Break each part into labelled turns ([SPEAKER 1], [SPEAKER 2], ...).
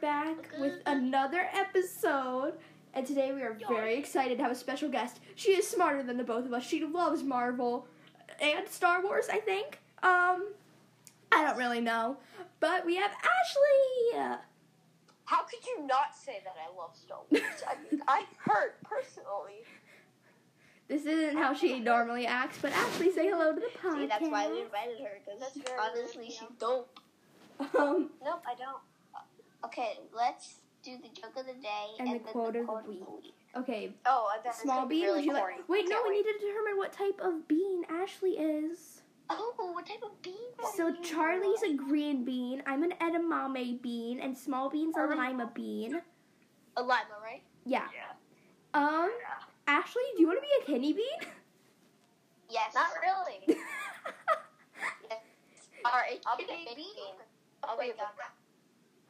[SPEAKER 1] back with another episode. And today we are very excited to have a special guest. She is smarter than the both of us. She loves Marvel and Star Wars, I think. Um, I don't really know. But we have Ashley!
[SPEAKER 2] How could you not say that I love Star Wars? I mean, I hurt personally.
[SPEAKER 1] This isn't how she normally acts, but Ashley, say hello to the podcast.
[SPEAKER 3] Oh. See, that's why we invited her because
[SPEAKER 2] very
[SPEAKER 3] honestly,
[SPEAKER 2] rude,
[SPEAKER 3] she
[SPEAKER 2] yeah.
[SPEAKER 3] dope.
[SPEAKER 1] Um,
[SPEAKER 2] Nope, I don't.
[SPEAKER 3] Okay, let's do the joke of the day
[SPEAKER 1] And
[SPEAKER 3] and,
[SPEAKER 1] the
[SPEAKER 3] then
[SPEAKER 1] quote
[SPEAKER 3] the
[SPEAKER 1] of the
[SPEAKER 3] quote
[SPEAKER 1] week.
[SPEAKER 3] of the week.
[SPEAKER 1] okay,
[SPEAKER 2] Oh, I bet it's
[SPEAKER 1] small
[SPEAKER 2] gonna be
[SPEAKER 1] bean,
[SPEAKER 2] really
[SPEAKER 1] would you like?
[SPEAKER 2] corny.
[SPEAKER 1] Wait, no,
[SPEAKER 2] Can't
[SPEAKER 1] we need to determine what type of bean Ashley is.
[SPEAKER 3] Oh, what type of bean? are
[SPEAKER 1] So
[SPEAKER 3] you?
[SPEAKER 1] Charlie's a green bean, I'm an edamame bean, and small bean's a lima bean.
[SPEAKER 2] A lima, right?
[SPEAKER 1] Yeah. Um, Ashley, do you want to be a kidney bean?
[SPEAKER 3] Yes.
[SPEAKER 2] Not really.
[SPEAKER 3] All right,
[SPEAKER 2] I'll
[SPEAKER 3] be a
[SPEAKER 2] be
[SPEAKER 3] baked
[SPEAKER 2] a bean.
[SPEAKER 3] bean.
[SPEAKER 2] I'll be a
[SPEAKER 3] Wait,
[SPEAKER 2] bean.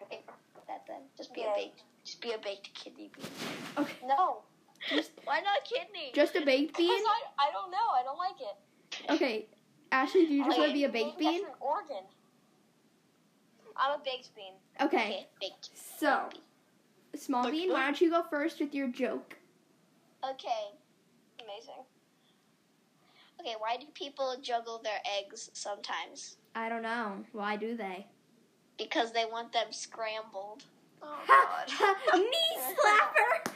[SPEAKER 3] Okay, that then. Just be
[SPEAKER 2] Yeah.
[SPEAKER 3] a baked. Just be a baked kidney bean.
[SPEAKER 1] okay.
[SPEAKER 2] No.
[SPEAKER 1] Just,
[SPEAKER 2] Why not kidney?
[SPEAKER 1] just a baked bean?
[SPEAKER 2] Because I, I don't know. I don't like it.
[SPEAKER 1] Okay. Ashley, do you just want to be a baked
[SPEAKER 2] That's
[SPEAKER 1] bean?
[SPEAKER 2] an organ. I'm a baked bean.
[SPEAKER 1] Okay.
[SPEAKER 3] baked.
[SPEAKER 1] So, small bean, why don't you go first with your joke?
[SPEAKER 3] Okay.
[SPEAKER 2] Amazing.
[SPEAKER 3] Okay. Why do people juggle their eggs sometimes?
[SPEAKER 1] I don't know. Why do they?
[SPEAKER 3] Because they want them scrambled.
[SPEAKER 2] Oh,
[SPEAKER 1] Ha,
[SPEAKER 2] God.
[SPEAKER 1] ha, Knee slapper.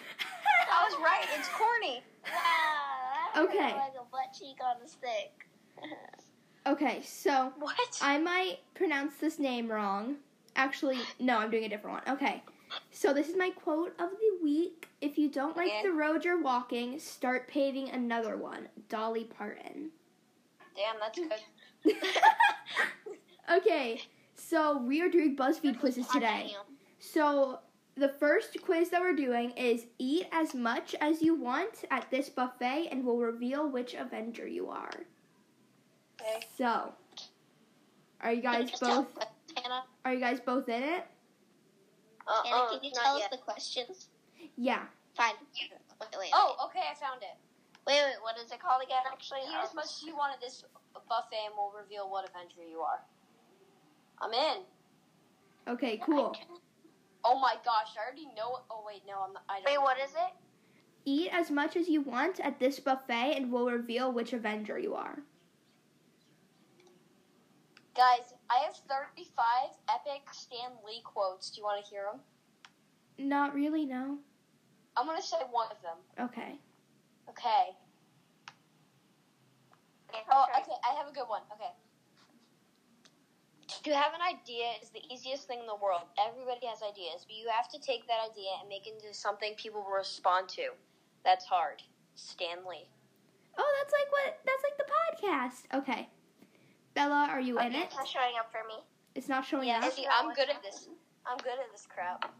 [SPEAKER 2] I was right. It's corny.
[SPEAKER 3] Wow. that hurt
[SPEAKER 1] Okay.
[SPEAKER 3] Like a butt cheek on a stick.
[SPEAKER 1] Okay, so
[SPEAKER 2] What?
[SPEAKER 1] I might pronounce this name wrong. Actually, no, I'm doing a different one. Okay. So this is my quote of the week. If you don't like
[SPEAKER 2] Okay.
[SPEAKER 1] the road you're walking, start paving another one. Dolly Parton.
[SPEAKER 2] Damn, that's good.
[SPEAKER 1] okay, so we are doing BuzzFeed quizzes today.
[SPEAKER 3] Goddamn.
[SPEAKER 1] So the first quiz that we're doing is eat as much as you want at this buffet and will reveal which Avenger you are.
[SPEAKER 2] Okay.
[SPEAKER 1] So are you guys
[SPEAKER 3] Can you tell
[SPEAKER 1] both
[SPEAKER 3] us, Hannah,
[SPEAKER 1] are you guys both in it?
[SPEAKER 2] Uh,
[SPEAKER 3] Hannah, can you tell us
[SPEAKER 2] yet.
[SPEAKER 3] the questions?
[SPEAKER 1] Yeah.
[SPEAKER 3] Fine. Wait, wait, wait.
[SPEAKER 2] Oh, okay, I found it.
[SPEAKER 3] wait, wait. What is it called again? Actually,
[SPEAKER 2] Eat as
[SPEAKER 3] Um,
[SPEAKER 2] much as you want at this buffet, and we'll reveal what Avenger you are. I'm in.
[SPEAKER 1] Okay, cool.
[SPEAKER 2] Oh my gosh, I already know. Oh wait, no, I'm. Not, I don't.
[SPEAKER 3] Wait, what is it?
[SPEAKER 1] Eat as much as you want at this buffet and will reveal which Avenger you are.
[SPEAKER 2] Guys, I have 35 epic Stan Lee quotes. Do you want to hear them?
[SPEAKER 1] Not really, no.
[SPEAKER 2] I'm gonna say one of them.
[SPEAKER 1] Okay.
[SPEAKER 2] Okay. Oh, okay. I have a good one. Okay. To have an idea is the easiest thing in the world. Everybody has ideas, but you have to take that idea and make it into something people will respond to. That's hard. Stanley.
[SPEAKER 1] Oh, that's like what that's like the podcast. Okay. Bella, are you in
[SPEAKER 3] Okay,
[SPEAKER 1] it?
[SPEAKER 3] It's not showing up for me.
[SPEAKER 1] It's not showing
[SPEAKER 2] Oh, Yeah,
[SPEAKER 1] up.
[SPEAKER 2] see, I'm good at this. I'm good at this crap.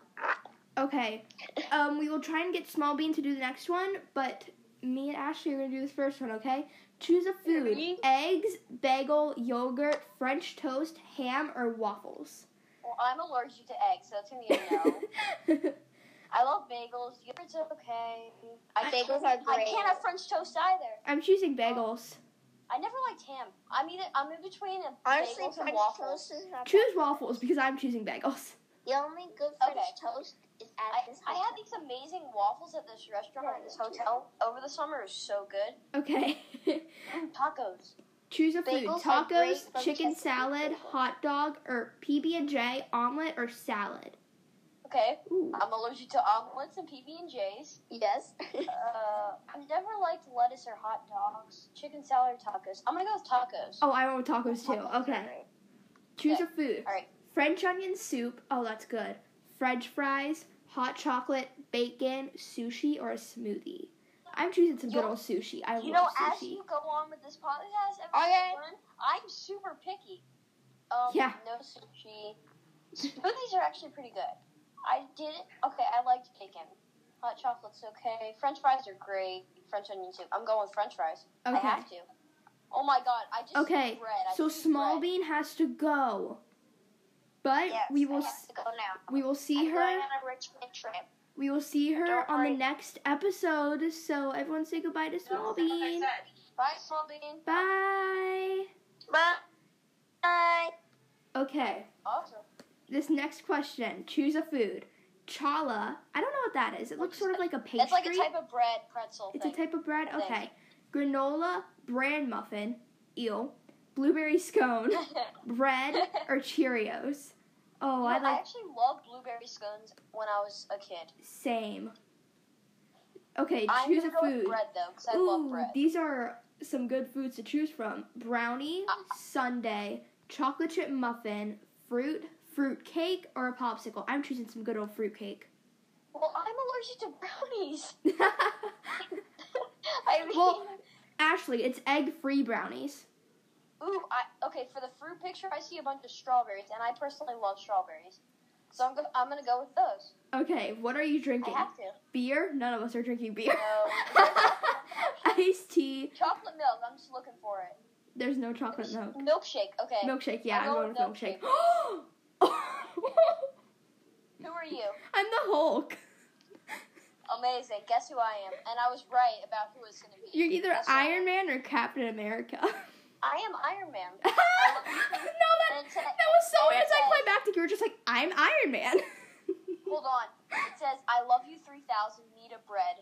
[SPEAKER 1] Okay. Um, we will try and get Small Bean to do the next one, but me and Ashley are gonna do this first one, okay? Choose a food:
[SPEAKER 2] Me?
[SPEAKER 1] eggs, bagel, yogurt, French toast, ham, or waffles.
[SPEAKER 2] Well, I'm allergic to eggs, so that's gonna be a no. I love bagels. Yogurt's okay. I
[SPEAKER 3] Bagels are
[SPEAKER 2] I
[SPEAKER 3] great.
[SPEAKER 2] can't have French toast either.
[SPEAKER 1] I'm choosing bagels.
[SPEAKER 2] I never liked ham. I'm either I'm in between a
[SPEAKER 3] Honestly,
[SPEAKER 2] bagels and
[SPEAKER 3] French
[SPEAKER 2] waffles.
[SPEAKER 3] toast is not
[SPEAKER 1] Choose waffles because I'm choosing bagels.
[SPEAKER 3] bad. The only good French
[SPEAKER 2] Okay.
[SPEAKER 3] toast is
[SPEAKER 2] I,
[SPEAKER 3] at this
[SPEAKER 2] I had these amazing waffles at this restaurant at this hotel over the summer. It was so good.
[SPEAKER 1] Okay.
[SPEAKER 2] Mm, tacos.
[SPEAKER 1] Choose a food:
[SPEAKER 3] Bagels are great
[SPEAKER 1] tacos,
[SPEAKER 3] from
[SPEAKER 1] chicken
[SPEAKER 3] Chesapeake
[SPEAKER 1] salad,
[SPEAKER 3] Bagel.
[SPEAKER 1] hot dog, or PB and J omelet or salad.
[SPEAKER 2] Okay.
[SPEAKER 1] Ooh.
[SPEAKER 2] I'm allergic to omelets and PB and J's.
[SPEAKER 3] Yes.
[SPEAKER 2] Uh, I've never liked lettuce or hot dogs, chicken salad, or tacos. I'm gonna go with tacos.
[SPEAKER 1] Oh, I want tacos too. Okay. Choose a food.
[SPEAKER 2] Alright.
[SPEAKER 1] French onion soup. Oh, that's good. French fries, hot chocolate, bacon, sushi, or a smoothie. I'm choosing some good
[SPEAKER 2] You-
[SPEAKER 1] old sushi. I
[SPEAKER 2] You know,
[SPEAKER 1] love
[SPEAKER 2] as
[SPEAKER 1] sushi.
[SPEAKER 2] you go on with this podcast, everything
[SPEAKER 3] Okay.
[SPEAKER 2] I learn, I'm super picky. Um,
[SPEAKER 1] Yeah.
[SPEAKER 2] No sushi. Smoothies are actually pretty good. I did okay. I liked bacon. Hot chocolate's okay. French fries are great. French onion soup. I'm going with French fries. I
[SPEAKER 1] Okay.
[SPEAKER 2] have to. Oh my god! I just
[SPEAKER 1] Okay.
[SPEAKER 2] Need bread. I
[SPEAKER 1] So
[SPEAKER 2] just need
[SPEAKER 1] small
[SPEAKER 2] bread.
[SPEAKER 1] bean has to go. But we will
[SPEAKER 3] I
[SPEAKER 1] s-
[SPEAKER 3] have to go now.
[SPEAKER 1] we will see
[SPEAKER 3] I'm
[SPEAKER 1] her
[SPEAKER 3] going on a Richmond trip.
[SPEAKER 1] we will see her
[SPEAKER 3] Don't
[SPEAKER 1] on the
[SPEAKER 3] worry.
[SPEAKER 1] next episode. So everyone say goodbye to small bean.
[SPEAKER 2] Bye, small bean.
[SPEAKER 1] Bye.
[SPEAKER 3] Bye.
[SPEAKER 1] Okay.
[SPEAKER 3] uh,
[SPEAKER 2] Awesome.
[SPEAKER 1] This next question: Choose a food: challah. I don't know what that is. It looks sort of like a pastry.
[SPEAKER 2] It's like a type of bread pretzel
[SPEAKER 1] It's a
[SPEAKER 2] thing.
[SPEAKER 1] type of bread.
[SPEAKER 2] thing.
[SPEAKER 1] Okay. Granola bran muffin, eel, blueberry scone, bread, or Cheerios. Oh, I
[SPEAKER 2] You know, I
[SPEAKER 1] like
[SPEAKER 2] actually loved blueberry scones when I was a kid.
[SPEAKER 1] same. Okay,
[SPEAKER 2] I'm
[SPEAKER 1] choose
[SPEAKER 2] gonna
[SPEAKER 1] a
[SPEAKER 2] go
[SPEAKER 1] food.
[SPEAKER 2] with bread though, because I
[SPEAKER 1] Ooh,
[SPEAKER 2] love bread.
[SPEAKER 1] these are some good foods to choose from: brownie,
[SPEAKER 2] Uh.
[SPEAKER 1] sundae, chocolate chip muffin, fruit, fruit cake, or a popsicle. I'm choosing some good old fruit cake.
[SPEAKER 2] Well, I'm allergic to brownies. I mean,
[SPEAKER 1] well, Ashley, it's egg-free brownies.
[SPEAKER 2] ooh, I, okay. For the fruit picture, I see a bunch of strawberries, and I personally love strawberries, so I'm go- I'm gonna go with those.
[SPEAKER 1] Okay, what are you
[SPEAKER 2] I
[SPEAKER 1] drinking?
[SPEAKER 2] have to.
[SPEAKER 1] Beer? None of us are drinking beer.
[SPEAKER 2] No.
[SPEAKER 1] Iced tea.
[SPEAKER 2] Chocolate milk. I'm just looking for it.
[SPEAKER 1] There's no chocolate milk.
[SPEAKER 2] Milkshake. Okay.
[SPEAKER 1] Milkshake, yeah,
[SPEAKER 2] I'll
[SPEAKER 1] I'm
[SPEAKER 2] go
[SPEAKER 1] going
[SPEAKER 2] with
[SPEAKER 1] with milkshake.
[SPEAKER 2] Who are you?
[SPEAKER 1] I'm the Hulk.
[SPEAKER 2] Amazing. Guess who I am? And I was right about who it's gonna be.
[SPEAKER 1] You're either
[SPEAKER 2] Guess who I am?
[SPEAKER 1] Iron Man or Captain America. no,
[SPEAKER 2] I am Iron Man.
[SPEAKER 1] that that
[SPEAKER 2] It's a-
[SPEAKER 1] was so
[SPEAKER 2] it's a-
[SPEAKER 1] anticlimactic. You were just like, I'm Iron Man.
[SPEAKER 2] Hold on. It says, I love you 3000, need a bread.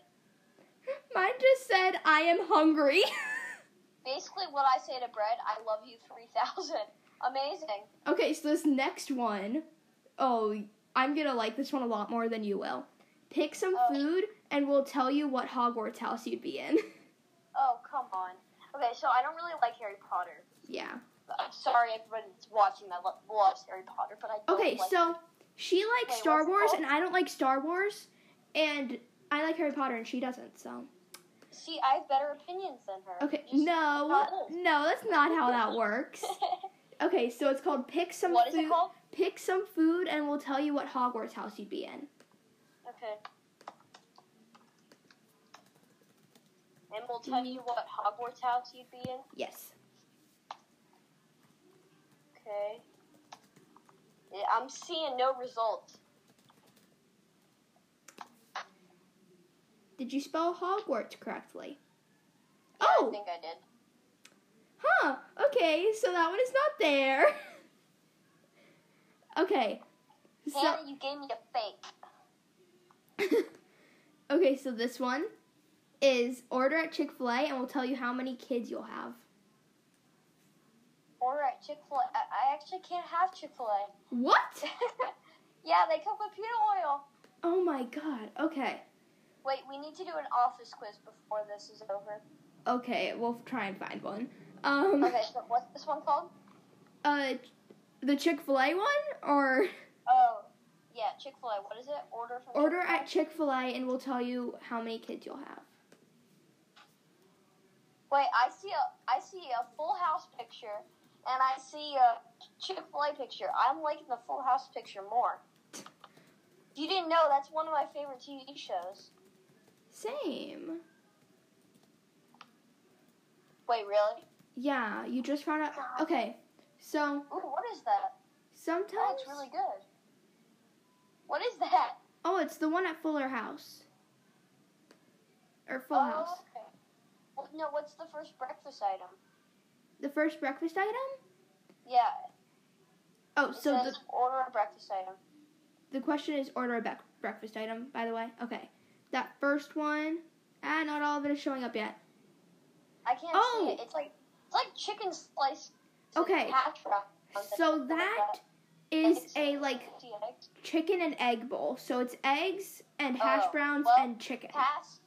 [SPEAKER 1] Mine just said, I am hungry.
[SPEAKER 2] Basically, what I say to bread, I love you 3000. Amazing.
[SPEAKER 1] Okay, so this next one, oh, I'm gonna like this one a lot more than you will. Pick some
[SPEAKER 2] Oh.
[SPEAKER 1] food, and we'll tell you what Hogwarts house you'd be in.
[SPEAKER 2] Oh, come on. Okay, so I don't really like Harry Potter.
[SPEAKER 1] yeah.
[SPEAKER 2] I'm sorry, everybody that's watching that lo- loves Harry Potter, but I don't
[SPEAKER 1] Okay,
[SPEAKER 2] like
[SPEAKER 1] so she likes
[SPEAKER 2] what's
[SPEAKER 1] Star
[SPEAKER 2] it
[SPEAKER 1] Wars,
[SPEAKER 2] called?
[SPEAKER 1] and I don't like Star Wars, and I like Harry Potter, and she doesn't. So
[SPEAKER 2] See, I have better opinions than her.
[SPEAKER 1] okay,
[SPEAKER 2] You see
[SPEAKER 1] no,
[SPEAKER 2] how it is.
[SPEAKER 1] no, that's not how that works. Okay, so it's called pick some
[SPEAKER 2] what is
[SPEAKER 1] food.
[SPEAKER 2] it called?
[SPEAKER 1] Pick some food, and we'll tell you what Hogwarts house you'd be in.
[SPEAKER 2] Okay. And we'll tell you what Hogwarts house you'd be in.
[SPEAKER 1] Yes.
[SPEAKER 2] Okay. Yeah, I'm seeing no results.
[SPEAKER 1] Did you spell Hogwarts correctly?
[SPEAKER 2] Yeah,
[SPEAKER 1] Oh.
[SPEAKER 2] I think I did.
[SPEAKER 1] Huh, okay, so that one is not there. okay. So
[SPEAKER 2] Hannah, you gave me a fake.
[SPEAKER 1] Okay, so this one is order at Chick-fil-A and we'll tell you how many kids you'll have.
[SPEAKER 2] Order at Chick Fil A. I I actually can't have Chick Fil A.
[SPEAKER 1] What?
[SPEAKER 2] yeah, they cook with peanut oil.
[SPEAKER 1] Oh my god. Okay.
[SPEAKER 2] Wait, we need to do an office quiz before this is over.
[SPEAKER 1] Okay, we'll try and find one. Um
[SPEAKER 2] Okay, so what's this one called?
[SPEAKER 1] uh the Chick-fil-A one or
[SPEAKER 2] Oh, yeah, Chick Fil A. What is it? Order from
[SPEAKER 1] order
[SPEAKER 2] Chick-fil-A?
[SPEAKER 1] at Chick-fil-A and we'll tell you how many kids you'll have.
[SPEAKER 2] Wait, I see a I see a Full House picture, and I see a Chick Fil A picture. I'm liking the Full House picture more. You didn't know that's one of my favorite TV shows.
[SPEAKER 1] Same.
[SPEAKER 2] Wait, really?
[SPEAKER 1] Yeah, you just found out. Okay. So,
[SPEAKER 2] Ooh, what is that?
[SPEAKER 1] sometimes
[SPEAKER 2] That's really good. What is that?
[SPEAKER 1] Oh, it's the one at Fuller House. Or Full House.
[SPEAKER 2] Oh, okay. Well, no, what's the first breakfast item?
[SPEAKER 1] The first breakfast item?
[SPEAKER 2] Yeah,
[SPEAKER 1] Oh,
[SPEAKER 2] it
[SPEAKER 1] so the,
[SPEAKER 2] says order a breakfast item.
[SPEAKER 1] the question is order a bec- breakfast item, by the way. Okay. That first one. Ah, not all of it is showing up yet.
[SPEAKER 2] I can't
[SPEAKER 1] Oh!
[SPEAKER 2] see it. It's like it's like chicken slice.
[SPEAKER 1] Okay.
[SPEAKER 2] hash brown or something
[SPEAKER 1] So
[SPEAKER 2] like
[SPEAKER 1] that is a like chicken and egg bowl. So it's eggs and hash
[SPEAKER 2] Oh,
[SPEAKER 1] browns
[SPEAKER 2] well,
[SPEAKER 1] and chicken.
[SPEAKER 2] Pass.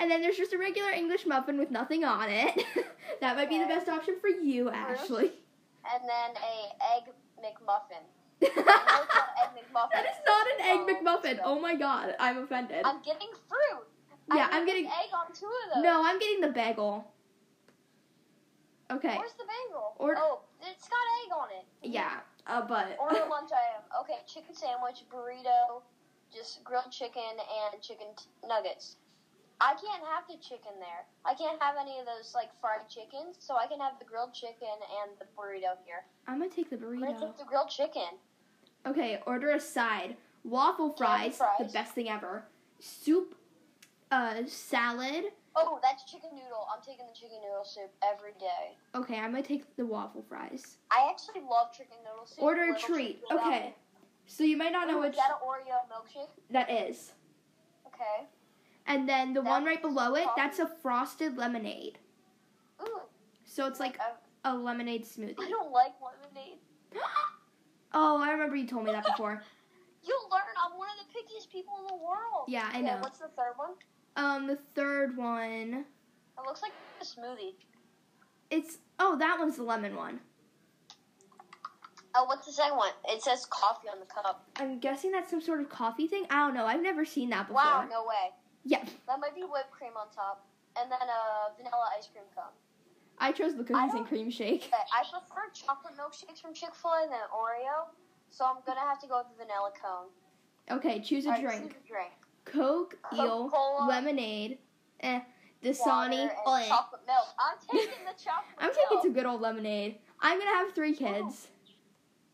[SPEAKER 1] And then there's just a regular English muffin with nothing on it. that might be the
[SPEAKER 2] Okay.
[SPEAKER 1] best option for you, Ashley.
[SPEAKER 2] and then a egg McMuffin. No, it's not
[SPEAKER 1] that
[SPEAKER 2] egg McMuffin.
[SPEAKER 1] is not an egg
[SPEAKER 2] Oh,
[SPEAKER 1] McMuffin.
[SPEAKER 2] so-
[SPEAKER 1] Oh my god, I'm offended.
[SPEAKER 2] I'm getting fruit.
[SPEAKER 1] Yeah,
[SPEAKER 2] I
[SPEAKER 1] I'm
[SPEAKER 2] put
[SPEAKER 1] getting-
[SPEAKER 2] egg on two of those.
[SPEAKER 1] No, I'm getting the bagel. Okay.
[SPEAKER 2] Where's the bagel?
[SPEAKER 1] Or-
[SPEAKER 2] oh, it's got egg on it.
[SPEAKER 1] Yeah. Uh, but
[SPEAKER 2] Order a lunch item. Okay, chicken sandwich, burrito, just grilled chicken and chicken t- nuggets. I can't have the chicken there. I can't have any of those like fried chickens, so I can have the grilled chicken and the burrito here.
[SPEAKER 1] I'm gonna take the
[SPEAKER 2] I'm gonna
[SPEAKER 1] burrito.
[SPEAKER 2] take the grilled chicken.
[SPEAKER 1] Okay, order a side. Waffle fries, the
[SPEAKER 2] fries.
[SPEAKER 1] best thing ever. Soup, uh, salad.
[SPEAKER 2] Oh, that's chicken noodle. I'm taking the chicken noodle soup every day.
[SPEAKER 1] Okay, I'm gonna take the waffle fries.
[SPEAKER 2] I actually love chicken noodle soup.
[SPEAKER 1] Order a
[SPEAKER 2] Little
[SPEAKER 1] treat.
[SPEAKER 2] chicken noodle.
[SPEAKER 1] Okay. So you might not know
[SPEAKER 2] Ooh,
[SPEAKER 1] which
[SPEAKER 2] Is that an Oreo milkshake?
[SPEAKER 1] that is.
[SPEAKER 2] Okay.
[SPEAKER 1] And then the one
[SPEAKER 2] That
[SPEAKER 1] right below it,
[SPEAKER 2] coffee?
[SPEAKER 1] that's a frosted lemonade.
[SPEAKER 2] Ooh.
[SPEAKER 1] So it's like
[SPEAKER 2] I,
[SPEAKER 1] a lemonade smoothie.
[SPEAKER 2] I don't like lemonade.
[SPEAKER 1] oh, I remember you told me that before.
[SPEAKER 2] You learn. I'm one of the pickiest people in the world.
[SPEAKER 1] Yeah, I
[SPEAKER 2] Okay,
[SPEAKER 1] know.
[SPEAKER 2] what's the third one?
[SPEAKER 1] Um, the third one,
[SPEAKER 2] It looks like a smoothie.
[SPEAKER 1] it's oh that one's the lemon one.
[SPEAKER 2] Oh, what's the second one? It says coffee on the cup.
[SPEAKER 1] I'm guessing that's some sort of coffee thing. I don't know. I've never seen that before.
[SPEAKER 2] Wow, no way.
[SPEAKER 1] Yeah,
[SPEAKER 2] That might be whipped cream on top, and then a vanilla ice cream cone.
[SPEAKER 1] I chose the cookies and
[SPEAKER 2] don't-
[SPEAKER 1] cream shake.
[SPEAKER 2] Okay, I prefer chocolate milkshakes from Chick Fil A than Oreo, so I'm gonna have to go with the vanilla cone.
[SPEAKER 1] Okay, choose a
[SPEAKER 2] Alright,
[SPEAKER 1] drink.
[SPEAKER 2] choose a drink.
[SPEAKER 1] Coke, eel,
[SPEAKER 2] Coca-Cola.
[SPEAKER 1] lemonade, eh,
[SPEAKER 2] Water
[SPEAKER 1] Dasani.
[SPEAKER 2] and
[SPEAKER 1] bleh.
[SPEAKER 2] chocolate milk. I'm taking the chocolate.
[SPEAKER 1] I'm taking
[SPEAKER 2] milk.
[SPEAKER 1] some good old lemonade. I'm gonna have three kids.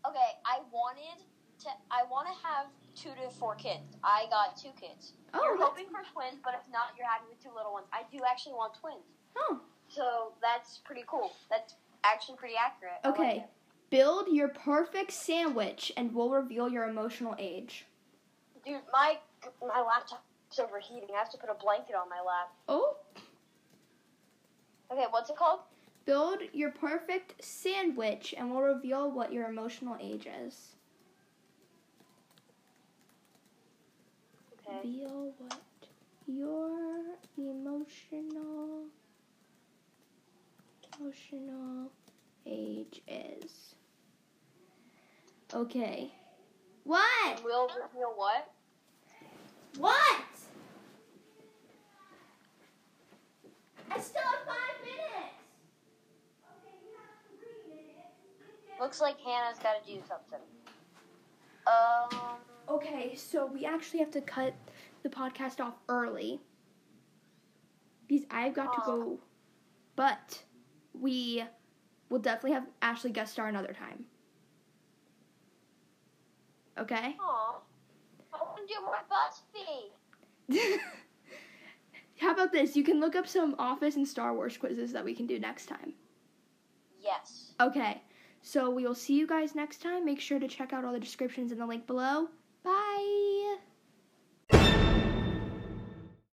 [SPEAKER 2] Okay, I wanted to. I want to have two to four kids. I got two kids.
[SPEAKER 1] Oh,
[SPEAKER 2] you're
[SPEAKER 1] that's,
[SPEAKER 2] hoping for twins, but if not, you're happy with two little ones. I do actually want twins,
[SPEAKER 1] oh.
[SPEAKER 2] so that's pretty cool. That's actually pretty accurate. I like
[SPEAKER 1] Okay.
[SPEAKER 2] it.
[SPEAKER 1] Build your perfect sandwich, and we'll reveal your emotional age.
[SPEAKER 2] dude, my my laptop's overheating. I have to put a blanket on my lap.
[SPEAKER 1] Oh.
[SPEAKER 2] Okay, what's it called?
[SPEAKER 1] Build your perfect sandwich, and we'll reveal what your emotional age is.
[SPEAKER 2] Okay.
[SPEAKER 1] Reveal what your emotional emotional age is. Okay. What?
[SPEAKER 2] We'll reveal what?
[SPEAKER 1] What? I still have five minutes.
[SPEAKER 2] Looks like Hannah's got to do something. Um.
[SPEAKER 1] Okay, so we actually have to cut the podcast off early because I've got to
[SPEAKER 2] Aw.
[SPEAKER 1] go. But we will definitely have Ashley guest star another time. Okay?
[SPEAKER 2] Aw. I want to do more BuzzFeed.
[SPEAKER 1] How about this? You can look up some Office and Star Wars quizzes that we can do next time.
[SPEAKER 2] Yes.
[SPEAKER 1] Okay, so we will see you guys next time. Make sure to check out all the descriptions in the link below. Bye!